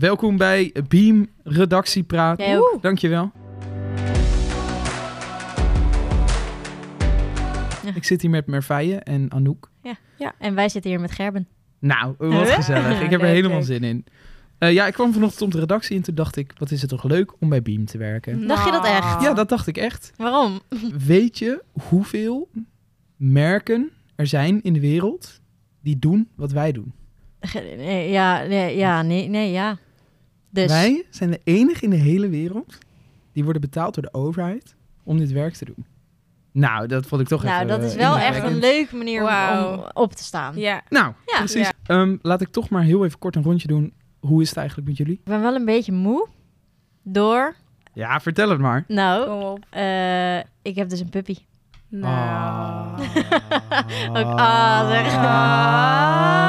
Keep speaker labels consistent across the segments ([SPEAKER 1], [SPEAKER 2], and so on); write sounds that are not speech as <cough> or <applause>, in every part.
[SPEAKER 1] Welkom bij Beam Redactiepraat.
[SPEAKER 2] Jij ook.
[SPEAKER 1] Oeh, Dankjewel.
[SPEAKER 2] Ja.
[SPEAKER 1] Ik zit hier met Merveille en Anouk.
[SPEAKER 2] En wij zitten hier met Gerben.
[SPEAKER 1] Nou, wat
[SPEAKER 2] Huh?
[SPEAKER 1] gezellig.
[SPEAKER 2] <laughs>
[SPEAKER 1] Ik heb er
[SPEAKER 2] Leuk,
[SPEAKER 1] helemaal
[SPEAKER 2] leuk.
[SPEAKER 1] zin in. Eh, ja, ik kwam vanochtend op de redactie en toen dacht ik, wat is het toch leuk om bij Beam te werken.
[SPEAKER 2] Dacht je dat echt?
[SPEAKER 1] Ja, dat dacht ik echt.
[SPEAKER 2] Waarom?
[SPEAKER 1] Weet je hoeveel merken er zijn in de wereld die doen wat wij doen?
[SPEAKER 2] Ge- nee, ja, nee, ja, nee, nee, ja. Dus
[SPEAKER 1] Wij zijn de enige in de hele wereld die worden betaald door de overheid om dit werk te doen. Nou, dat vond ik toch
[SPEAKER 2] nou,
[SPEAKER 1] even...
[SPEAKER 2] dat is
[SPEAKER 1] eh,
[SPEAKER 2] wel echt
[SPEAKER 1] indrukwekkend.
[SPEAKER 2] een leuke manier om-
[SPEAKER 3] Wauw.
[SPEAKER 2] om op te staan.
[SPEAKER 3] Ja.
[SPEAKER 1] Nou,
[SPEAKER 2] Ja.
[SPEAKER 1] precies.
[SPEAKER 3] Ja.
[SPEAKER 1] Ehm, laat ik toch maar heel even kort een rondje doen. Hoe is het eigenlijk met jullie?
[SPEAKER 2] Ik ben wel een beetje moe door.
[SPEAKER 1] Ja, vertel het maar.
[SPEAKER 2] Nou,
[SPEAKER 3] Kom op.
[SPEAKER 2] eh, ik heb dus een puppy.
[SPEAKER 1] Ah.
[SPEAKER 3] Nou.
[SPEAKER 2] <laughs> Ook ah,
[SPEAKER 1] <laughs>
[SPEAKER 2] zeg. <laughs> Ah.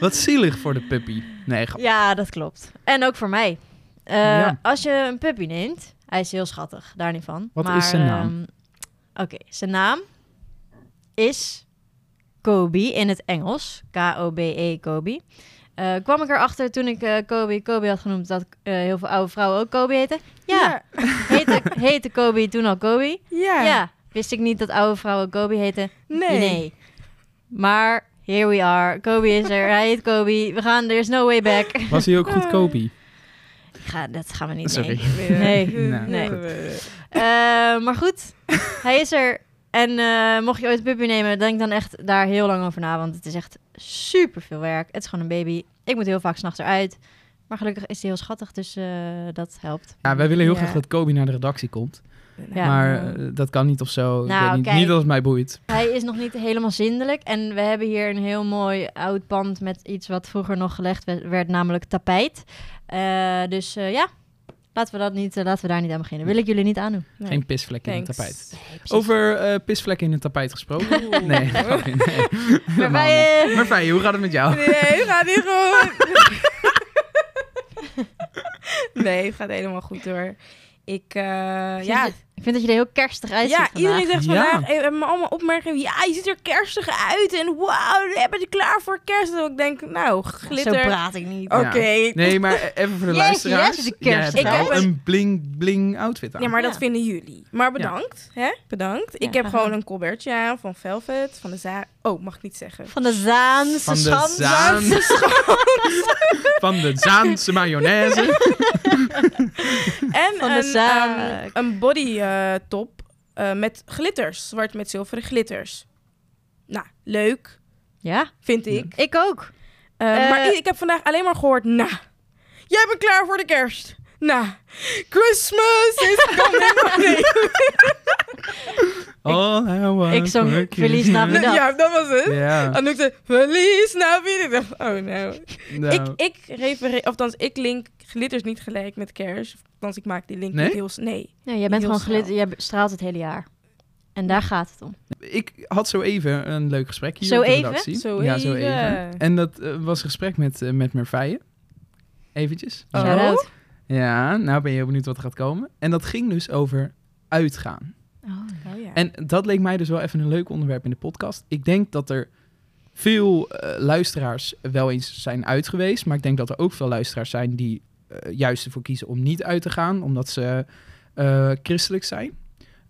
[SPEAKER 1] Wat zielig voor de puppy. Nee, grap.
[SPEAKER 2] Ja, dat klopt. En ook voor mij. Eh,
[SPEAKER 1] Ja.
[SPEAKER 2] Als je een puppy neemt, hij is heel schattig, daar niet van.
[SPEAKER 1] Wat is
[SPEAKER 2] maar,
[SPEAKER 1] zijn naam?
[SPEAKER 2] ehm, Oké, zijn naam is Kobe in het Engels. K-O-B-E, E, Kobe. Eh, kwam ik erachter toen ik eh, Kobe Kobe had genoemd dat eh, heel veel oude vrouwen ook Kobe heten? Ja,
[SPEAKER 1] <laughs>
[SPEAKER 2] heette, heette Kobe toen al Kobe?
[SPEAKER 3] Ja.
[SPEAKER 2] Ja, wist ik niet dat oude vrouwen Kobe heten?
[SPEAKER 3] Nee.
[SPEAKER 2] Maar here we are. Kobe is er. Hij heet Kobe. We gaan. There's no way back.
[SPEAKER 1] Was hij ook goed kopie?
[SPEAKER 2] Ga, dat gaan we niet
[SPEAKER 1] Ah, Sorry.
[SPEAKER 2] nee. <laughs> Nee.
[SPEAKER 1] Nou,
[SPEAKER 2] Nee.
[SPEAKER 1] goed.
[SPEAKER 2] Eh, maar goed, hij is er. En eh, mocht je ooit een puppy nemen, denk dan echt daar heel lang over na. Want het is echt super veel werk. Het is gewoon een baby. Ik moet heel vaak s'nachts eruit. Maar gelukkig is hij heel schattig, dus eh, dat helpt.
[SPEAKER 1] Ja, wij willen heel
[SPEAKER 3] Ja.
[SPEAKER 1] graag dat Kobe naar de redactie komt.
[SPEAKER 2] Ja.
[SPEAKER 1] Maar
[SPEAKER 3] Mm.
[SPEAKER 1] eh, dat kan niet of zo. Ik
[SPEAKER 2] Nou,
[SPEAKER 1] weet niet,
[SPEAKER 2] kijk.
[SPEAKER 1] niet dat het mij boeit.
[SPEAKER 2] Hij is nog niet helemaal zindelijk. En we hebben hier een heel mooi oud pand met iets wat vroeger nog gelegd we- werd, namelijk tapijt. Eh, dus eh, ja, laten we, dat niet, eh, laten we daar niet aan beginnen. Wil ik jullie niet aandoen.
[SPEAKER 3] Nee.
[SPEAKER 1] Geen pisvlek in het
[SPEAKER 3] Thanks.
[SPEAKER 1] tapijt. Over eh, pisvlekken in het tapijt gesproken.
[SPEAKER 3] Oeh.
[SPEAKER 1] <laughs> Nee, grapje, nee. <laughs> Helemaal
[SPEAKER 2] Merveille.
[SPEAKER 1] niet. Merveille, hoe gaat het met jou?
[SPEAKER 3] <laughs> Nee, gaat niet goed. <laughs> nee, het gaat helemaal goed hoor. Ik, eh, ja,
[SPEAKER 2] ja. Ik vind dat je er heel kerstig uitziet
[SPEAKER 3] ja
[SPEAKER 2] vandaag.
[SPEAKER 3] iedereen zegt
[SPEAKER 1] Ja.
[SPEAKER 3] vandaag, eh, hebben me allemaal opmerkingen. Ja, je ziet er kerstig uit en wauw, ben je klaar voor kerst? En ik denk, nou, glitter.
[SPEAKER 2] Zo praat ik niet.
[SPEAKER 3] Oké.
[SPEAKER 1] Nee, maar even voor de
[SPEAKER 2] Jeetje,
[SPEAKER 1] luisteraars.
[SPEAKER 2] jezus, de
[SPEAKER 1] Jij
[SPEAKER 2] kerst.
[SPEAKER 1] hebt
[SPEAKER 3] Ik
[SPEAKER 1] wel
[SPEAKER 3] heb
[SPEAKER 1] een bling-bling outfit aan.
[SPEAKER 3] Ja, maar dat
[SPEAKER 2] Ja.
[SPEAKER 3] vinden jullie. Maar bedankt, hè? Bedankt.
[SPEAKER 2] Ja,
[SPEAKER 3] ik heb
[SPEAKER 2] graag
[SPEAKER 3] gewoon een colbertje aan van Velvet, van de za... Oh, mag ik niet zeggen. <laughs>
[SPEAKER 2] Van de Zaanse
[SPEAKER 1] Van de
[SPEAKER 2] Schans.
[SPEAKER 1] Zaan- Van de Zaanse mayonaise.
[SPEAKER 3] En
[SPEAKER 2] Van de
[SPEAKER 3] een,
[SPEAKER 2] zaak.
[SPEAKER 3] ehm, een body eh, top eh, met glitters. Zwart met zilveren glitters. Nou, leuk,
[SPEAKER 2] <laughs> Ja,
[SPEAKER 3] vind ik.
[SPEAKER 2] ik ook.
[SPEAKER 3] Eh,
[SPEAKER 2] Eh,
[SPEAKER 3] maar i- ik heb vandaag alleen maar gehoord, nou, jij bent klaar voor de kerst. Nou, Christmas is coming. Nee,
[SPEAKER 1] All I want
[SPEAKER 2] ik zong
[SPEAKER 1] for
[SPEAKER 2] Feliz
[SPEAKER 1] Christmas.
[SPEAKER 2] Navidad. Dat.
[SPEAKER 3] <laughs> ja, dat was het.
[SPEAKER 1] Ja,
[SPEAKER 3] Anouk zei, verlies nou weer. Ik dacht, Oh, nou.
[SPEAKER 1] nou.
[SPEAKER 3] Ik, ik refereer, althans, ik link glitters niet gelijk met kerst. Of, Althans, ik maak die link
[SPEAKER 1] Nee?
[SPEAKER 3] niet heel... s- Nee.
[SPEAKER 2] Nee, jij bent
[SPEAKER 3] Heel
[SPEAKER 2] gewoon
[SPEAKER 3] snel.
[SPEAKER 2] glitter. Jij be- straalt het hele jaar. En daar gaat het om.
[SPEAKER 1] Ik had zo even een leuk gesprek hier
[SPEAKER 2] Zo
[SPEAKER 1] op de
[SPEAKER 2] even?
[SPEAKER 1] redactie.
[SPEAKER 3] Zo
[SPEAKER 1] Ja, zo
[SPEAKER 3] even.
[SPEAKER 1] even. En dat eh, was een gesprek met, eh, met Merveille. Eventjes.
[SPEAKER 3] Oh.
[SPEAKER 2] Shout-out.
[SPEAKER 1] Ja, nou ben je heel benieuwd wat er gaat komen. En dat ging dus over uitgaan.
[SPEAKER 3] Oh, ja.
[SPEAKER 1] En dat leek mij dus wel even een leuk onderwerp in de podcast. Ik denk dat er veel eh, luisteraars wel eens zijn uit geweest. Maar ik denk dat er ook veel luisteraars zijn die eh, juist ervoor kiezen om niet uit te gaan. Omdat ze eh, christelijk zijn.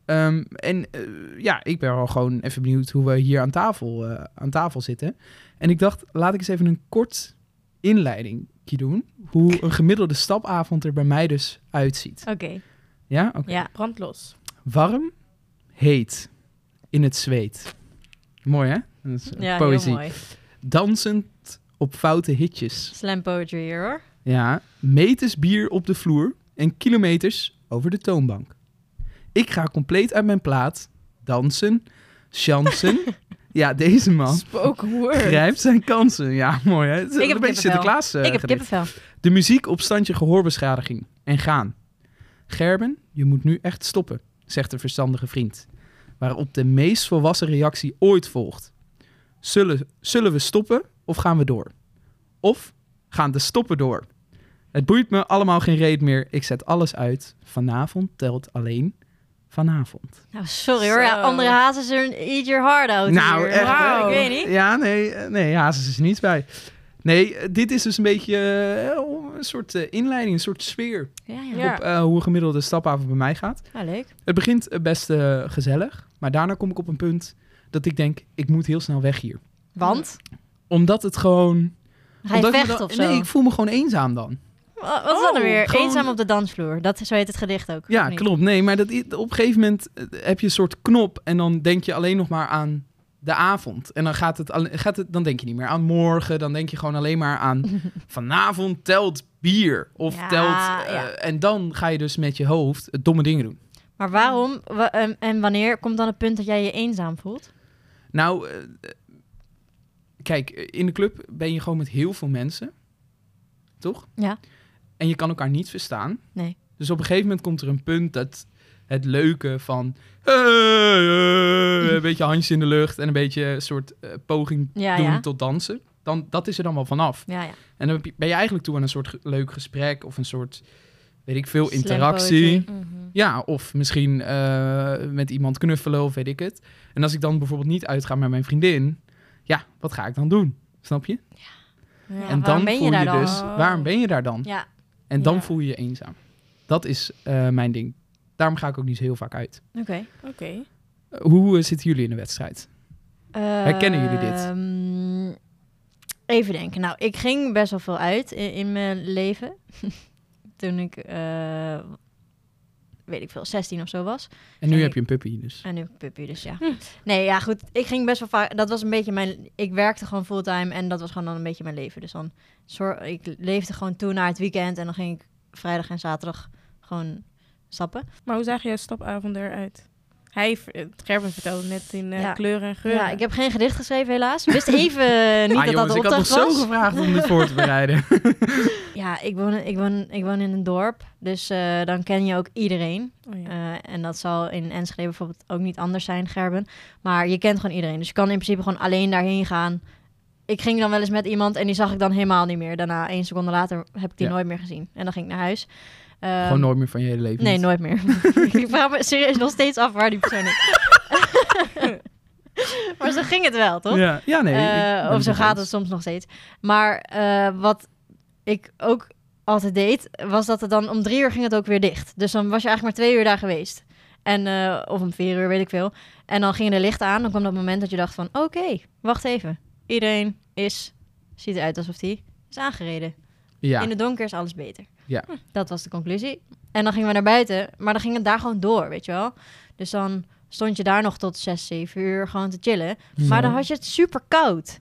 [SPEAKER 1] Ehm, en eh, ja, ik ben wel gewoon even benieuwd hoe we hier aan tafel, eh, aan tafel zitten. En ik dacht, laat ik eens even een kort inleiding doen. Hoe een gemiddelde stapavond er bij mij dus uitziet.
[SPEAKER 2] Oké,
[SPEAKER 1] Ja, oké.
[SPEAKER 2] ja.
[SPEAKER 3] Brand los.
[SPEAKER 1] Warm, heet, in het zweet. Mooi, hè? Dat is eh,
[SPEAKER 2] ja
[SPEAKER 1] poëzie.
[SPEAKER 2] heel mooi.
[SPEAKER 1] Dansend op foute hitjes.
[SPEAKER 2] Slam poetry hier hoor.
[SPEAKER 1] Ja, meters bier op de vloer en kilometers over de toonbank. Ik ga compleet uit mijn plaat. Dansen,
[SPEAKER 2] <laughs>
[SPEAKER 1] chansen. ja, deze man
[SPEAKER 3] Spoken word.
[SPEAKER 1] grijpt zijn kansen. Ja, mooi, hè? Het is
[SPEAKER 2] Ik heb
[SPEAKER 1] een beetje
[SPEAKER 2] kippenvel.
[SPEAKER 1] Sinterklaas eh,
[SPEAKER 2] ik heb
[SPEAKER 1] gedicht.
[SPEAKER 2] kippenvel.
[SPEAKER 1] De muziek op standje gehoorbeschadiging. En gaan. Gerben, je moet nu echt stoppen, zegt de verstandige vriend. Waarop de meest volwassen reactie ooit volgt. Zullen, zullen we stoppen of gaan we door? Of gaan de stoppen door? Het boeit me allemaal geen reet meer. Ik zet alles uit. Vanavond telt alleen vanavond.
[SPEAKER 2] Nou, sorry hoor.
[SPEAKER 3] Zo.
[SPEAKER 2] Ja, andere hazen zijn eat your heart out
[SPEAKER 1] Nou,
[SPEAKER 2] hier.
[SPEAKER 1] echt,
[SPEAKER 2] Wauw,
[SPEAKER 3] hè?
[SPEAKER 2] Ik weet niet.
[SPEAKER 1] Ja, nee, eh, nee Hazes is er niet bij. Nee, eh, dit is dus een beetje eh, om een soort eh, inleiding, een soort sfeer
[SPEAKER 2] Ja, ja.
[SPEAKER 3] Ja.
[SPEAKER 1] op eh, hoe een gemiddelde stapavond bij mij gaat.
[SPEAKER 2] Ah, leuk.
[SPEAKER 1] Het begint eh, best eh, gezellig, maar daarna kom ik op een punt dat ik denk, ik moet heel snel weg hier.
[SPEAKER 2] Want?
[SPEAKER 1] Omdat het gewoon...
[SPEAKER 2] Ga je
[SPEAKER 1] omdat ik me
[SPEAKER 2] vechten
[SPEAKER 1] dan-
[SPEAKER 2] of zo?
[SPEAKER 1] Nee, ik voel me gewoon eenzaam dan.
[SPEAKER 2] Wa- Wat is dat dan
[SPEAKER 1] Oh,
[SPEAKER 2] weer?
[SPEAKER 1] gewoon-
[SPEAKER 2] Eenzaam op de dansvloer. Dat, zo heet het gedicht ook.
[SPEAKER 1] Ja,
[SPEAKER 2] of niet?
[SPEAKER 1] klopt. Nee, maar dat, i- op een gegeven moment eh, heb je een soort knop en dan denk je alleen nog maar aan de avond. En dan gaat het, alle- gaat het, dan denk je niet meer aan morgen. Dan denk je gewoon alleen maar
[SPEAKER 2] <laughs>
[SPEAKER 1] aan vanavond telt bier of
[SPEAKER 2] Ja,
[SPEAKER 1] telt. eh,
[SPEAKER 2] ja.
[SPEAKER 1] En dan ga je dus met je hoofd het domme dingen doen.
[SPEAKER 2] Maar waarom wa- en- en wanneer komt dan het punt dat jij je eenzaam voelt?
[SPEAKER 1] Nou, eh, eh, kijk, eh, in de club ben je gewoon met heel veel mensen, toch?
[SPEAKER 2] Ja.
[SPEAKER 1] En je kan elkaar niet verstaan.
[SPEAKER 2] Nee.
[SPEAKER 1] Dus op een gegeven moment komt er een punt dat het leuke van... hey, hey,
[SPEAKER 2] <laughs>
[SPEAKER 1] een beetje handjes in de lucht en een beetje een soort eh, poging
[SPEAKER 2] Ja,
[SPEAKER 1] doen
[SPEAKER 2] ja.
[SPEAKER 1] tot dansen. Dan, dat is er dan wel vanaf.
[SPEAKER 2] Ja, ja.
[SPEAKER 1] En dan heb je- ben je eigenlijk toe aan een soort ge- leuk gesprek of een soort, weet ik veel,
[SPEAKER 2] Slam
[SPEAKER 1] interactie.
[SPEAKER 2] poetry. Mhm.
[SPEAKER 1] Ja, of misschien eh, met iemand knuffelen of weet ik het. En als ik dan bijvoorbeeld niet uitga met mijn vriendin, ja, wat ga ik dan doen? Snap je?
[SPEAKER 2] Ja,
[SPEAKER 1] en dan
[SPEAKER 2] waarom ben je
[SPEAKER 1] voel
[SPEAKER 2] daar
[SPEAKER 1] je
[SPEAKER 2] dan?
[SPEAKER 1] dus, waarom ben je daar dan?
[SPEAKER 2] Ja,
[SPEAKER 1] En dan
[SPEAKER 2] Ja.
[SPEAKER 1] voel je je eenzaam. Dat is eh, mijn ding. Daarom ga ik ook niet zo heel vaak uit.
[SPEAKER 2] oké.
[SPEAKER 3] Oké.
[SPEAKER 1] Eh, hoe eh, zitten jullie in de wedstrijd? Herkennen jullie dit?
[SPEAKER 2] Ehm, even denken. Nou, ik ging best wel veel uit in, in mijn leven. <laughs> Toen ik, eh, weet ik veel, 16 of zo was.
[SPEAKER 1] En nu
[SPEAKER 2] Nee.
[SPEAKER 1] heb je een puppy, dus.
[SPEAKER 2] En nu heb ik puppy, dus ja. Nee, ja, goed. Ik ging best wel vaak... Dat was een beetje mijn... Ik werkte gewoon fulltime en dat was gewoon dan een beetje mijn leven. Dus dan... zor- Ik leefde gewoon toe naar het weekend en dan ging ik vrijdag en zaterdag gewoon stappen.
[SPEAKER 3] Maar hoe zag je stapavond eruit? Hij, ver- eh, Gerben vertelde net in eh,
[SPEAKER 2] Ja.
[SPEAKER 3] kleuren en geuren.
[SPEAKER 2] Ja, ik heb geen gedicht geschreven helaas. Wist even eh, niet
[SPEAKER 1] ah jongens,
[SPEAKER 2] dat dat de
[SPEAKER 1] ik had nog
[SPEAKER 2] opdracht
[SPEAKER 1] zo
[SPEAKER 2] was.
[SPEAKER 1] gevraagd om dit voor te
[SPEAKER 2] <laughs>
[SPEAKER 1] bereiden.
[SPEAKER 2] Ja, ik woon, ik, woon, ik woon in een dorp, dus eh, dan ken je ook iedereen.
[SPEAKER 3] Oh, ja.
[SPEAKER 2] Eh, en dat zal in Enschede bijvoorbeeld ook niet anders zijn, Gerben. Maar je kent gewoon iedereen. Dus je kan in principe gewoon alleen daarheen gaan. Ik ging dan wel eens met iemand en die zag ik dan helemaal niet meer. Daarna, één seconde later, heb ik die
[SPEAKER 1] Ja.
[SPEAKER 2] nooit meer gezien. En dan ging ik naar huis. Ehm,
[SPEAKER 1] Gewoon nooit meer van je hele leven.
[SPEAKER 2] Nee,
[SPEAKER 1] niet.
[SPEAKER 2] nooit meer. <laughs> ik vraag me serieus nog steeds af waar die persoon is.
[SPEAKER 1] <laughs>
[SPEAKER 2] <laughs> maar zo ging het wel, toch?
[SPEAKER 1] Ja, ja nee.
[SPEAKER 2] Eh,
[SPEAKER 1] ik ben
[SPEAKER 2] of zo
[SPEAKER 1] met
[SPEAKER 2] gaat
[SPEAKER 1] ons.
[SPEAKER 2] het soms nog steeds. Maar eh, wat ik ook altijd deed, was dat het dan om drie uur ging het ook weer dicht. Dus dan was je eigenlijk maar twee uur daar geweest. En, eh, of om vier uur, weet ik veel. En dan gingen de lichten aan. Dan kwam dat moment dat je dacht van, oké, wacht even. Iedereen is, ziet eruit alsof die is aangereden.
[SPEAKER 1] Ja.
[SPEAKER 2] In het donker is alles beter.
[SPEAKER 1] Ja.
[SPEAKER 2] Hm, Dat was de conclusie. En dan gingen we naar buiten, maar dan ging het daar gewoon door, weet je wel. Dus dan stond je daar nog tot zes, zeven uur gewoon te chillen. Maar dan had je het super koud.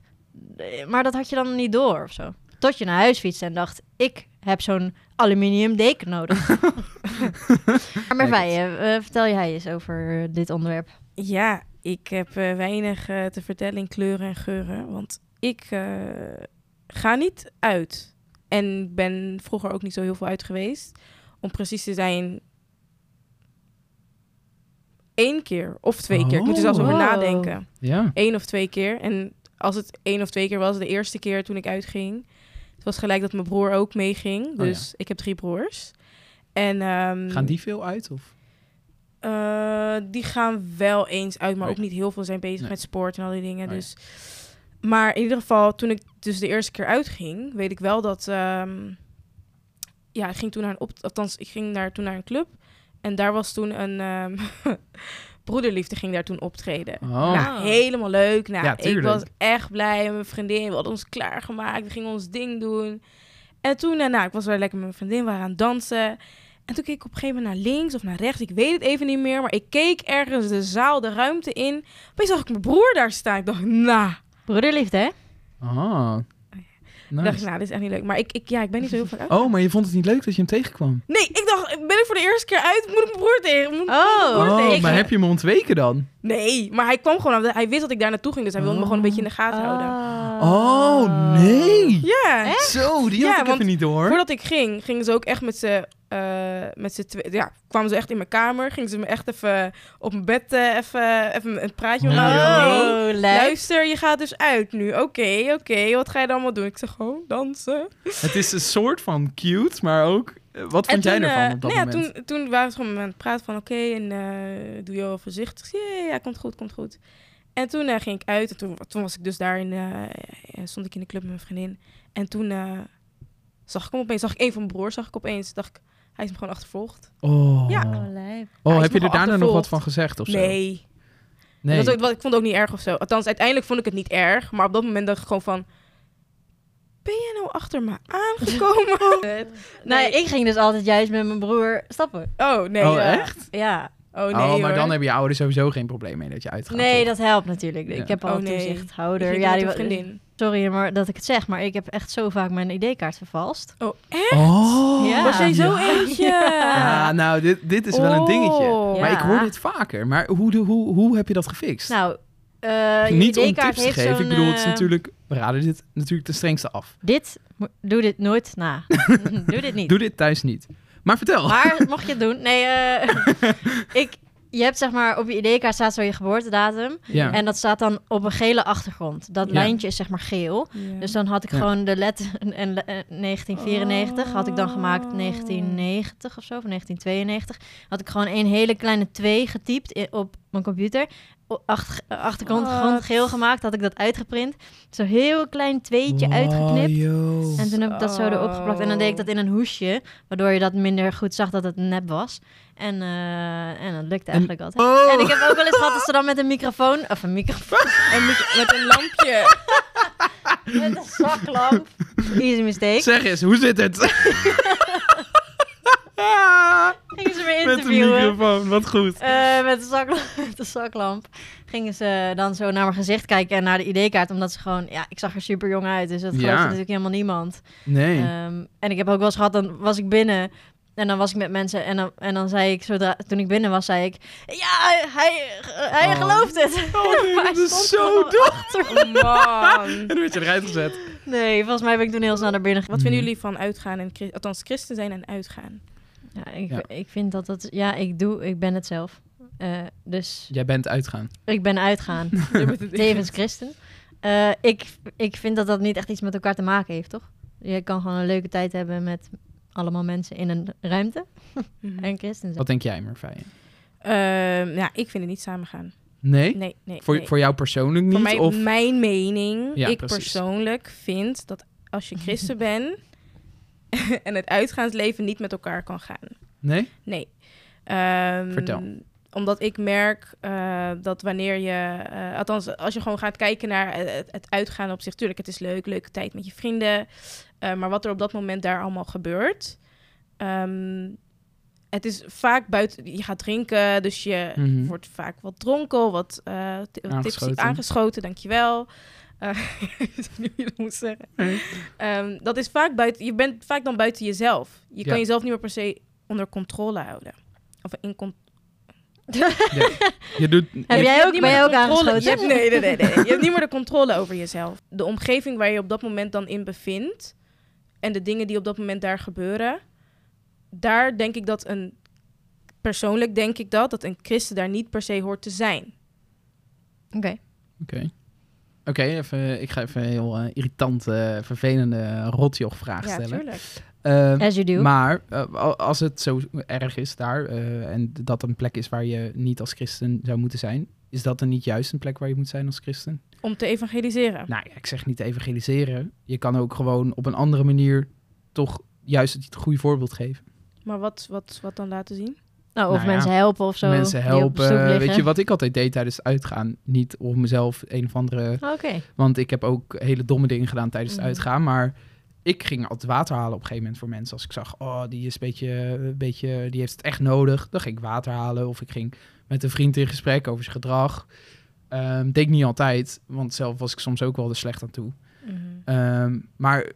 [SPEAKER 2] Eh, Maar dat had je dan niet door of zo. Tot je naar huis fietste en dacht, ik heb zo'n aluminium deken
[SPEAKER 1] <laughs>
[SPEAKER 2] nodig. <laughs> maar Merveille, eh, vertel jij eens over dit onderwerp.
[SPEAKER 3] Ja, ik heb eh, weinig eh, te vertellen in kleuren en geuren. Want ik eh, ga niet uit. En ben vroeger ook niet zo heel veel uit geweest. Om precies te zijn... één keer of twee keer. Ik moet er zelfs over
[SPEAKER 2] Oh.
[SPEAKER 3] nadenken.
[SPEAKER 1] Ja.
[SPEAKER 3] één of twee keer. En als het één of twee keer was, de eerste keer toen ik uitging, het was gelijk dat mijn broer ook meeging.
[SPEAKER 1] Oh ja.
[SPEAKER 3] Dus ik heb drie broers. En, ehm,
[SPEAKER 1] Gaan die veel uit? Of?
[SPEAKER 3] eh, die gaan wel eens uit, maar
[SPEAKER 1] Nee.
[SPEAKER 3] ook niet heel veel zijn bezig
[SPEAKER 1] Nee.
[SPEAKER 3] met sport en al die dingen.
[SPEAKER 1] Oh ja.
[SPEAKER 3] dus. Maar in ieder geval, toen ik dus de eerste keer uitging, weet ik wel dat. ehm, ja, ik ging toen naar een op, althans, ik ging daar toen naar een club. En daar was toen een ehm, <laughs> broederliefde ging daar toen optreden.
[SPEAKER 1] Oh.
[SPEAKER 3] Nou, helemaal leuk. Nou,
[SPEAKER 1] Ja,
[SPEAKER 3] ik
[SPEAKER 1] tuurlijk.
[SPEAKER 3] was echt blij. En Mijn vriendin, we hadden ons klaargemaakt. We gingen ons ding doen. En toen, eh, nou, ik was wel lekker met mijn vriendin. We waren aan het dansen. En toen keek ik op een gegeven moment naar links of naar rechts. Ik weet het even niet meer. Maar ik keek ergens de zaal, de ruimte in. Opeens zag ik mijn broer daar staan. Ik dacht, nou.
[SPEAKER 2] Broederliefde, hè?
[SPEAKER 1] Ah.
[SPEAKER 2] Oh,
[SPEAKER 3] Ik dacht,
[SPEAKER 1] Nice.
[SPEAKER 3] nou, dit is echt niet leuk. Maar ik, ik, ja, ik ben niet zo heel vaak uit.
[SPEAKER 1] Oh, maar je vond het niet leuk dat je hem tegenkwam?
[SPEAKER 3] Nee, ik dacht, ben ik voor de eerste keer uit? Moet ik mijn broer tegen? Moet ik
[SPEAKER 2] Oh.
[SPEAKER 3] mijn broer
[SPEAKER 1] Oh,
[SPEAKER 3] tegen?
[SPEAKER 1] maar heb je hem ontweken dan?
[SPEAKER 3] Nee, maar hij kwam gewoon. Hij wist dat ik daar naartoe ging. Dus hij wilde me gewoon een beetje in de gaten
[SPEAKER 2] Ah.
[SPEAKER 3] houden.
[SPEAKER 1] Oh, nee!
[SPEAKER 3] Ja.
[SPEAKER 1] Zo, die
[SPEAKER 3] Ja,
[SPEAKER 1] had ik
[SPEAKER 3] want
[SPEAKER 1] even niet door.
[SPEAKER 3] Voordat ik ging, gingen ze ook echt met z'n... eh, met z'n twee, ja, kwamen ze echt in mijn kamer. Gingen ze me echt even op mijn bed eh, even, even een praatje
[SPEAKER 1] Oh,
[SPEAKER 3] maken.
[SPEAKER 1] ja.
[SPEAKER 3] Nee,
[SPEAKER 2] Oh, leuk.
[SPEAKER 3] Luister, je gaat dus uit nu. Oké, oké. wat ga je dan allemaal doen? Ik zeg gewoon dansen.
[SPEAKER 1] Het is een soort van cute, maar ook... eh, Wat vond jij
[SPEAKER 3] eh,
[SPEAKER 1] ervan op dat
[SPEAKER 3] nou ja,
[SPEAKER 1] moment?
[SPEAKER 3] toen, toen waren we gewoon aan het praten van... Oké, en eh, doe je wel voorzichtig. Ja, ja, ja, komt goed, komt goed. En toen eh, ging ik uit. En toen, toen was ik dus daar in, eh, eh, stond ik in de club met mijn vriendin. En toen eh, zag ik hem opeens. Zag ik een van mijn broers, zag ik opeens. Dacht ik, hij is me gewoon achtervolgd.
[SPEAKER 1] Oh,
[SPEAKER 3] Ja.
[SPEAKER 2] Oh, lijp.
[SPEAKER 1] oh
[SPEAKER 3] Hij is
[SPEAKER 1] heb je er
[SPEAKER 3] nogal
[SPEAKER 1] daarna nog wat
[SPEAKER 3] achtervolgd.
[SPEAKER 1] van gezegd of zo?
[SPEAKER 3] Nee.
[SPEAKER 1] Nee.
[SPEAKER 3] Dat, was ook- wat, ik vond het ook niet erg of zo. Althans, uiteindelijk vond ik het niet erg. Maar op dat moment dacht ik gewoon van... Ben jij nou
[SPEAKER 1] <laughs>
[SPEAKER 3] achter me aangekomen?
[SPEAKER 2] Nou, ja, ik ging dus altijd juist met mijn broer stappen.
[SPEAKER 3] Oh, nee.
[SPEAKER 1] Oh,
[SPEAKER 3] ja.
[SPEAKER 1] echt?
[SPEAKER 2] Ja.
[SPEAKER 3] Oh,
[SPEAKER 1] Oh,
[SPEAKER 3] nee,
[SPEAKER 1] maar
[SPEAKER 3] hoor.
[SPEAKER 1] dan hebben je ouders sowieso geen probleem mee dat je uitgaat.
[SPEAKER 2] nee,
[SPEAKER 1] toch?
[SPEAKER 2] dat helpt natuurlijk.
[SPEAKER 1] Ja.
[SPEAKER 2] Ik heb al
[SPEAKER 3] Oh,
[SPEAKER 2] een
[SPEAKER 3] nee. Ik
[SPEAKER 2] toezichthouder.
[SPEAKER 3] ging met
[SPEAKER 2] die
[SPEAKER 3] een
[SPEAKER 2] wa-
[SPEAKER 3] vriendin.
[SPEAKER 2] Sorry maar dat ik het zeg, maar ik heb echt zo vaak mijn ID-kaart vervalst.
[SPEAKER 3] Oh,
[SPEAKER 1] Oh.
[SPEAKER 2] Ja.
[SPEAKER 3] was jij zo
[SPEAKER 1] Ja.
[SPEAKER 3] eentje?
[SPEAKER 1] <laughs> Ja, nou, dit, dit is wel een dingetje.
[SPEAKER 3] Oh.
[SPEAKER 1] Maar
[SPEAKER 2] Ja.
[SPEAKER 1] ik hoor dit vaker. Maar hoe, de, hoe, hoe heb je dat gefixt?
[SPEAKER 2] Nou, eh, je
[SPEAKER 1] Niet om
[SPEAKER 2] ID-kaart
[SPEAKER 1] tips te
[SPEAKER 2] heeft
[SPEAKER 1] geven. Ik
[SPEAKER 2] zo'n,
[SPEAKER 1] bedoel, het is
[SPEAKER 2] eh,
[SPEAKER 1] natuurlijk... We raden dit natuurlijk ten strengste af.
[SPEAKER 2] Dit, mo- doe dit nooit
[SPEAKER 1] <laughs>
[SPEAKER 2] na. doe dit niet.
[SPEAKER 1] Doe dit thuis niet. Maar vertel.
[SPEAKER 2] Maar mocht je het doen, nee, eh, <laughs> ik, je hebt zeg maar op je ID-kaart staat zo je geboortedatum.
[SPEAKER 1] ja.
[SPEAKER 2] En dat staat dan op een gele achtergrond. Dat
[SPEAKER 1] Ja.
[SPEAKER 2] lijntje is zeg maar geel.
[SPEAKER 3] Ja.
[SPEAKER 2] Dus dan had ik
[SPEAKER 1] Ja.
[SPEAKER 2] gewoon de letter <laughs> en le- eh, 1994 had ik dan gemaakt
[SPEAKER 3] Oh.
[SPEAKER 2] 1990 of zo, of 1992. Had ik gewoon een hele kleine 2 getypt i- op mijn computer. O- acht- eh, achtergrond
[SPEAKER 3] Wat?
[SPEAKER 2] grond geel gemaakt, had ik dat uitgeprint. Zo heel klein tweetje
[SPEAKER 1] Wow,
[SPEAKER 2] uitgeknipt.
[SPEAKER 1] joh.
[SPEAKER 2] En toen heb ik dat zo erop geplakt. En dan deed ik dat in een hoesje, waardoor je dat minder goed zag dat het nep was. En, eh, en dat lukte eigenlijk altijd.
[SPEAKER 1] Oh.
[SPEAKER 2] En ik heb ook wel eens gehad dat ze dan met een microfoon, of een microfoon, <laughs>
[SPEAKER 3] En met, met een
[SPEAKER 1] <laughs>
[SPEAKER 3] lampje.
[SPEAKER 2] met een zaklamp. Easy mistake.
[SPEAKER 1] Zeg eens, hoe zit
[SPEAKER 2] <laughs>
[SPEAKER 1] het?
[SPEAKER 2] Gingen ze me
[SPEAKER 1] Met een
[SPEAKER 2] interviewen.
[SPEAKER 1] microfoon, wat goed.
[SPEAKER 2] Eh, met, de zaklamp, <laughs> met de zaklamp gingen ze dan zo naar mijn gezicht kijken en naar de ID-kaart. Omdat ze gewoon, ja, ik zag er super jong uit. Dus dat
[SPEAKER 1] Ja.
[SPEAKER 2] geloofde natuurlijk helemaal niemand.
[SPEAKER 1] Nee.
[SPEAKER 2] Ehm, en ik heb ook wel eens gehad, dan was ik binnen. En dan was ik met mensen en dan, en dan zei ik, zodra, toen ik binnen was, zei ik... Ja, hij, hij
[SPEAKER 1] Oh.
[SPEAKER 2] gelooft het. <laughs>
[SPEAKER 1] Oh, nee,
[SPEAKER 2] Maar
[SPEAKER 1] dat
[SPEAKER 2] hij
[SPEAKER 1] is
[SPEAKER 2] stond
[SPEAKER 1] zo
[SPEAKER 2] gewoon
[SPEAKER 1] dom.
[SPEAKER 2] achter me.
[SPEAKER 3] Oh, man.
[SPEAKER 1] En toen werd je eruit gezet.
[SPEAKER 2] Nee, volgens mij ben ik toen heel snel naar binnen gegaan.
[SPEAKER 3] Wat vinden jullie van uitgaan en... chri- Althans, christen zijn en uitgaan.
[SPEAKER 2] Ja, ik,
[SPEAKER 1] Ja.
[SPEAKER 2] ik vind dat dat... Ja, ik doe, ik ben het zelf. Eh, dus
[SPEAKER 1] Jij bent <laughs> uitgaan.
[SPEAKER 2] ik ben uitgaan.
[SPEAKER 3] Je bent het-
[SPEAKER 2] tevens christen. Eh, ik, ik vind dat dat niet echt iets met elkaar te maken heeft, toch? Je kan gewoon een leuke tijd hebben met allemaal mensen in een ruimte
[SPEAKER 3] Mhm.
[SPEAKER 2] en christen zijn.
[SPEAKER 1] Wat denk jij, Mervijn?
[SPEAKER 3] Ehm, ja, ik vind het niet samen gaan.
[SPEAKER 1] Nee?
[SPEAKER 3] Nee, nee.
[SPEAKER 1] Voor,
[SPEAKER 3] nee.
[SPEAKER 1] voor jou persoonlijk niet?
[SPEAKER 3] Voor mij,
[SPEAKER 1] of...
[SPEAKER 3] mijn mening,
[SPEAKER 1] Ja,
[SPEAKER 3] ik
[SPEAKER 1] precies.
[SPEAKER 3] persoonlijk vind dat als je
[SPEAKER 1] <laughs>
[SPEAKER 3] christen bent <laughs> en het uitgaansleven niet met elkaar kan gaan.
[SPEAKER 1] Nee?
[SPEAKER 3] Nee. Ehm,
[SPEAKER 1] Vertel.
[SPEAKER 3] Omdat ik merk eh, dat wanneer je, eh, althans als je gewoon gaat kijken naar eh, het, het uitgaan op zich, tuurlijk het is leuk, leuke tijd met je vrienden, eh, maar wat er op dat moment daar allemaal gebeurt. ehm, het is vaak buiten, je gaat drinken, dus je
[SPEAKER 1] Mhm.
[SPEAKER 3] wordt vaak wat dronken, wat eh, t- tipsy-
[SPEAKER 1] Aangeschoten.
[SPEAKER 3] aangeschoten, dankjewel. Eh, <laughs> ik weet niet hoe je dat moet zeggen. Ehm, dat is vaak buiten, je bent vaak dan buiten jezelf. Je
[SPEAKER 1] Ja.
[SPEAKER 3] kan jezelf niet meer per se onder controle houden. Of in con-
[SPEAKER 1] Je doet...
[SPEAKER 2] Heb
[SPEAKER 1] je-
[SPEAKER 2] jij
[SPEAKER 3] Je
[SPEAKER 2] ook,
[SPEAKER 3] hebt
[SPEAKER 2] ben
[SPEAKER 3] niet meer
[SPEAKER 2] jij ook
[SPEAKER 3] de controle-
[SPEAKER 2] aangeschoten?
[SPEAKER 3] Je hebt, nee, nee, nee, nee. Je hebt niet meer de controle over jezelf. De omgeving waar je op dat moment dan in bevindt en de dingen die op dat moment daar gebeuren, daar denk ik dat een persoonlijk denk ik dat dat een christen daar niet per se hoort te zijn.
[SPEAKER 2] Oké.
[SPEAKER 1] Oké. Oké, even- ik ga even een heel eh, irritant, eh, vervelende rotjoch-vraag
[SPEAKER 3] ja,
[SPEAKER 1] stellen.
[SPEAKER 3] tuurlijk.
[SPEAKER 1] Ehm,
[SPEAKER 2] As you do.
[SPEAKER 1] maar eh, al- als het zo erg is daar eh, en dat een plek is waar je niet als christen zou moeten zijn, is dat dan niet juist een plek waar je moet zijn als christen?
[SPEAKER 3] Om te evangeliseren.
[SPEAKER 1] Nou ja, ik zeg niet evangeliseren. Je kan ook gewoon op een andere manier toch juist het goede voorbeeld geven.
[SPEAKER 3] Maar wat, wat, wat dan laten zien?
[SPEAKER 2] nou, of
[SPEAKER 1] nou ja,
[SPEAKER 2] mensen helpen of zo.
[SPEAKER 1] Mensen
[SPEAKER 2] die op de stoep
[SPEAKER 1] helpen. Weet
[SPEAKER 2] liggen.
[SPEAKER 1] je wat ik altijd deed tijdens het uitgaan? Niet om mezelf een of andere
[SPEAKER 2] Oké.
[SPEAKER 1] Want ik heb ook hele domme dingen gedaan tijdens het
[SPEAKER 3] Mhm.
[SPEAKER 1] uitgaan. Maar ik ging altijd water halen op een gegeven moment voor mensen. Als ik zag, oh, die is een beetje, een beetje, die heeft het echt nodig. Dan ging ik water halen. Of ik ging met een vriend in gesprek over zijn gedrag. Ehm, deed ik niet altijd, want zelf was ik soms ook wel er slecht aan toe. Ehm, maar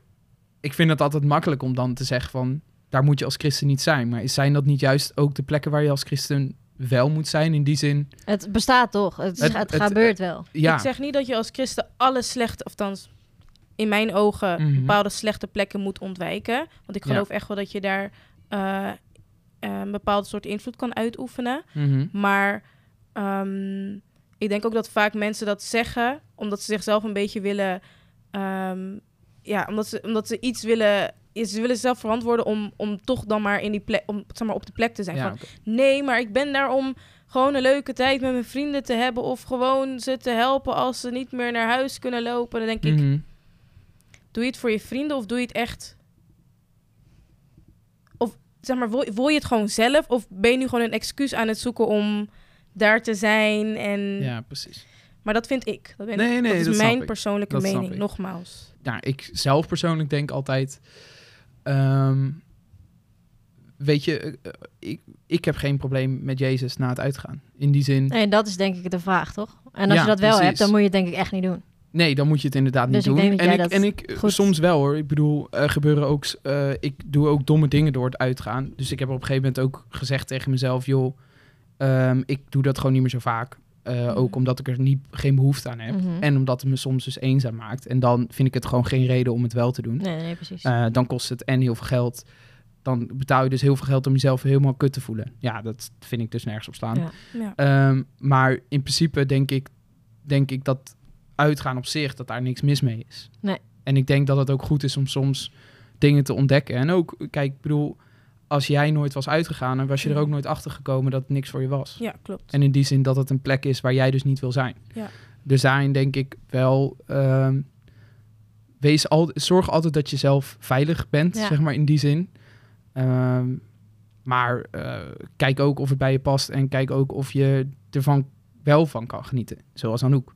[SPEAKER 1] ik vind het altijd makkelijk om dan te zeggen van... daar moet je als christen niet zijn. Maar zijn dat niet juist ook de plekken waar je als christen wel moet zijn? In die zin,
[SPEAKER 2] Het bestaat toch? Het,
[SPEAKER 1] Het-
[SPEAKER 2] het
[SPEAKER 1] het-
[SPEAKER 2] gebeurt wel.
[SPEAKER 1] ja.
[SPEAKER 3] Ik zeg niet dat je als christen alle slechte, of thans in mijn ogen,
[SPEAKER 1] Mhm.
[SPEAKER 3] bepaalde slechte plekken moet ontwijken. Want ik
[SPEAKER 1] Ja.
[SPEAKER 3] geloof echt wel dat je daar eh, eh, een bepaald soort invloed kan uitoefenen.
[SPEAKER 1] Mhm.
[SPEAKER 3] Maar ehm, ik denk ook dat vaak mensen dat zeggen omdat ze zichzelf een beetje willen. ehm, ja, omdat ze, omdat ze iets willen. Ze willen zichzelf verantwoorden om, om toch dan maar, in die plek, om, zeg maar op de plek te zijn.
[SPEAKER 1] Ja,
[SPEAKER 3] Van,
[SPEAKER 1] oké.
[SPEAKER 3] nee, maar ik ben daar om gewoon een leuke tijd met mijn vrienden te hebben. Of gewoon ze te helpen als ze niet meer naar huis kunnen lopen. Dan denk ik,
[SPEAKER 1] Mhm.
[SPEAKER 3] doe je het voor je vrienden of doe je het echt... Of zeg maar, wil, wil je het gewoon zelf? Of ben je nu gewoon een excuus aan het zoeken om daar te zijn? En...
[SPEAKER 1] Ja, precies.
[SPEAKER 3] Maar dat vind ik. Dat, ben
[SPEAKER 1] Nee,
[SPEAKER 3] ik.
[SPEAKER 1] nee,
[SPEAKER 3] dat is
[SPEAKER 1] dat snap
[SPEAKER 3] mijn
[SPEAKER 1] ik.
[SPEAKER 3] persoonlijke
[SPEAKER 1] Dat snap
[SPEAKER 3] mening,
[SPEAKER 1] ik.
[SPEAKER 3] nogmaals.
[SPEAKER 1] Nou, ik zelf persoonlijk denk altijd... ehm, weet je, eh, eh, ik, ik heb geen probleem met Jezus na het uitgaan. In die zin,
[SPEAKER 2] Nee, dat is denk ik de vraag, toch? En als
[SPEAKER 1] Ja,
[SPEAKER 2] je dat wel
[SPEAKER 1] precies.
[SPEAKER 2] hebt, dan moet je het denk ik echt niet doen.
[SPEAKER 1] Nee, dan moet je het inderdaad
[SPEAKER 2] Dus
[SPEAKER 1] niet
[SPEAKER 2] ik
[SPEAKER 1] doen.
[SPEAKER 2] denk dat
[SPEAKER 1] en,
[SPEAKER 2] jij
[SPEAKER 1] ik,
[SPEAKER 2] dat
[SPEAKER 1] en ik eh,
[SPEAKER 2] goed-
[SPEAKER 1] soms wel hoor. Ik bedoel, er gebeuren ook. s- eh, ik doe ook domme dingen door het uitgaan. Dus ik heb op een gegeven moment ook gezegd tegen mezelf: joh, ehm, ik doe dat gewoon niet meer zo vaak. Eh, Ook
[SPEAKER 3] Mhm.
[SPEAKER 1] omdat ik er niet, geen behoefte aan heb.
[SPEAKER 2] Mhm.
[SPEAKER 1] En omdat het me soms dus eenzaam maakt. En dan vind ik het gewoon geen reden om het wel te doen.
[SPEAKER 2] Nee, nee, precies. <laughs>
[SPEAKER 1] Eh, dan kost het en heel veel geld. Dan betaal je dus heel veel geld om jezelf helemaal kut te voelen. Ja, dat vind ik dus nergens op slaan.
[SPEAKER 2] Ja.
[SPEAKER 3] Ja.
[SPEAKER 1] Ehm, maar in principe denk ik, denk ik dat uitgaan op zich, dat daar niks mis mee is.
[SPEAKER 2] Nee.
[SPEAKER 1] En ik denk dat het ook goed is om soms dingen te ontdekken. En ook, kijk, ik bedoel, als jij nooit was uitgegaan, dan was je er ook nooit achter gekomen dat het niks voor je was.
[SPEAKER 3] ja, klopt.
[SPEAKER 1] En in die zin dat het een plek is waar jij dus niet wil zijn.
[SPEAKER 3] Ja.
[SPEAKER 1] Dus daarin denk ik wel, ehm, wees al, zorg altijd dat je zelf veilig bent,
[SPEAKER 2] Ja.
[SPEAKER 1] zeg maar in die zin. Ehm, maar eh, kijk ook of het bij je past en kijk ook of je ervan wel van kan genieten. Zoals Anouk.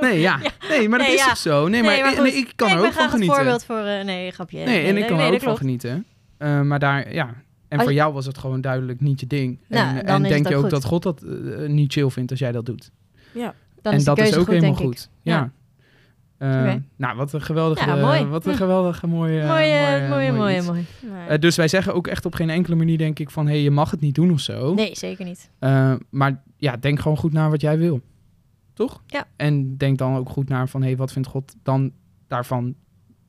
[SPEAKER 1] Nee, ja. Nee, maar dat
[SPEAKER 2] Nee,
[SPEAKER 1] is
[SPEAKER 2] Nou, <laughs> ja.
[SPEAKER 1] toch zo? Nee, maar,
[SPEAKER 2] goed.
[SPEAKER 1] nee, ik kan
[SPEAKER 2] Kijk,
[SPEAKER 1] er
[SPEAKER 2] we
[SPEAKER 1] ook
[SPEAKER 2] gaan
[SPEAKER 1] van
[SPEAKER 2] het
[SPEAKER 1] genieten.
[SPEAKER 2] voorbeeld voor... eh, nee, grapje.
[SPEAKER 1] Nee, en ik kan er
[SPEAKER 2] nee,
[SPEAKER 1] ook
[SPEAKER 2] dat
[SPEAKER 1] van
[SPEAKER 2] klopt.
[SPEAKER 1] genieten. Eh, maar daar, ja. En
[SPEAKER 2] Als-
[SPEAKER 1] voor jou was het gewoon duidelijk niet je ding.
[SPEAKER 2] Nou,
[SPEAKER 1] en
[SPEAKER 2] dan
[SPEAKER 1] en
[SPEAKER 2] is
[SPEAKER 1] denk
[SPEAKER 2] het
[SPEAKER 1] je ook
[SPEAKER 2] ook
[SPEAKER 1] dat God dat eh, niet chill vindt als jij dat doet.
[SPEAKER 2] Dan
[SPEAKER 1] en
[SPEAKER 2] is de
[SPEAKER 1] dat is
[SPEAKER 2] keuze
[SPEAKER 1] ook
[SPEAKER 2] goed,
[SPEAKER 1] helemaal
[SPEAKER 2] denk ik.
[SPEAKER 1] goed. Ja. Eh,
[SPEAKER 2] Oké.
[SPEAKER 1] Nou, wat een geweldige,
[SPEAKER 2] Ja, mooi.
[SPEAKER 1] Wat een
[SPEAKER 2] Hm.
[SPEAKER 1] geweldige mooie,
[SPEAKER 2] Mooie, mooie, mooie,
[SPEAKER 1] iets.
[SPEAKER 2] mooie.
[SPEAKER 3] Nee.
[SPEAKER 1] Eh, dus wij zeggen ook echt op geen enkele manier, denk ik, van hé, hey, je mag het niet doen of zo.
[SPEAKER 2] Nee, zeker niet.
[SPEAKER 1] Eh, maar ja, denk gewoon goed na wat jij wil. Toch?
[SPEAKER 2] Ja.
[SPEAKER 1] En denk dan ook goed naar van hé, hey, wat vindt God dan daarvan,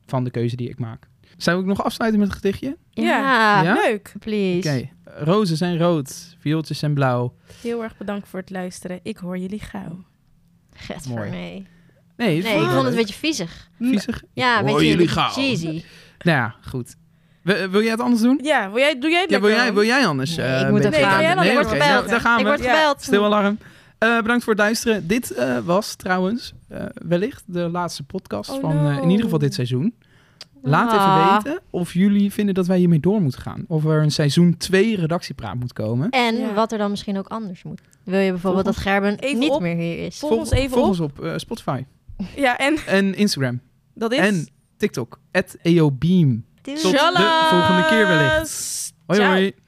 [SPEAKER 1] van de keuze die ik maak. Zou ik nog afsluiten met een gedichtje?
[SPEAKER 3] Ja.
[SPEAKER 2] Ja,
[SPEAKER 1] Ja?
[SPEAKER 3] Leuk.
[SPEAKER 2] please.
[SPEAKER 1] Oké, rozen zijn rood, viooltjes zijn blauw.
[SPEAKER 3] Heel erg bedankt voor het luisteren. Ik hoor jullie gauw.
[SPEAKER 1] Mhm.
[SPEAKER 2] Get
[SPEAKER 1] Mooi.
[SPEAKER 2] voor mee.
[SPEAKER 1] Nee,
[SPEAKER 2] Nee, ik vond het een beetje viezig.
[SPEAKER 1] viezig.
[SPEAKER 2] Ja, een
[SPEAKER 1] hoor
[SPEAKER 2] beetje
[SPEAKER 1] jullie gauw.
[SPEAKER 2] cheesy.
[SPEAKER 1] Nou ja, goed. Wil- wil jij het anders doen?
[SPEAKER 3] Ja, wil jij, doe jij het
[SPEAKER 1] Ja, wil
[SPEAKER 3] lekker
[SPEAKER 1] jij, wil
[SPEAKER 3] dan?
[SPEAKER 1] jij anders?
[SPEAKER 2] Nee,
[SPEAKER 1] eh,
[SPEAKER 2] ik
[SPEAKER 1] een
[SPEAKER 2] moet
[SPEAKER 1] beetje
[SPEAKER 2] even
[SPEAKER 1] praten?
[SPEAKER 3] gaan. Nee,
[SPEAKER 1] Nee,
[SPEAKER 3] jij,
[SPEAKER 2] ik
[SPEAKER 1] oké.
[SPEAKER 2] word gebeld.
[SPEAKER 1] Nou, daar gaan
[SPEAKER 2] ik
[SPEAKER 1] we.
[SPEAKER 2] word
[SPEAKER 3] Ja.
[SPEAKER 2] gebeld.
[SPEAKER 1] Stilalarm. Eh bedankt voor het luisteren. Dit eh, was trouwens eh, wellicht de laatste podcast
[SPEAKER 3] Oh,
[SPEAKER 1] van eh, in
[SPEAKER 3] no.
[SPEAKER 1] ieder geval dit seizoen. Laat
[SPEAKER 2] Ah.
[SPEAKER 1] even weten of jullie vinden dat wij hiermee door moeten gaan. Of er een seizoen 2 redactiepraat moet komen.
[SPEAKER 2] En
[SPEAKER 3] Ja.
[SPEAKER 2] wat er dan misschien ook anders moet. Wil je bijvoorbeeld
[SPEAKER 1] Volg
[SPEAKER 2] dat Gerben
[SPEAKER 3] even
[SPEAKER 2] niet
[SPEAKER 3] op.
[SPEAKER 2] meer hier is?
[SPEAKER 3] Volg ons even
[SPEAKER 1] volg
[SPEAKER 3] op.
[SPEAKER 1] ons op eh, Spotify
[SPEAKER 3] Ja, en
[SPEAKER 1] en Instagram
[SPEAKER 3] dat is...
[SPEAKER 1] en TikTok. At EOBeam.
[SPEAKER 2] Doei.
[SPEAKER 1] Tot de volgende keer wellicht.
[SPEAKER 3] Tjallas.
[SPEAKER 1] Hoi
[SPEAKER 3] Ciao.
[SPEAKER 1] hoi.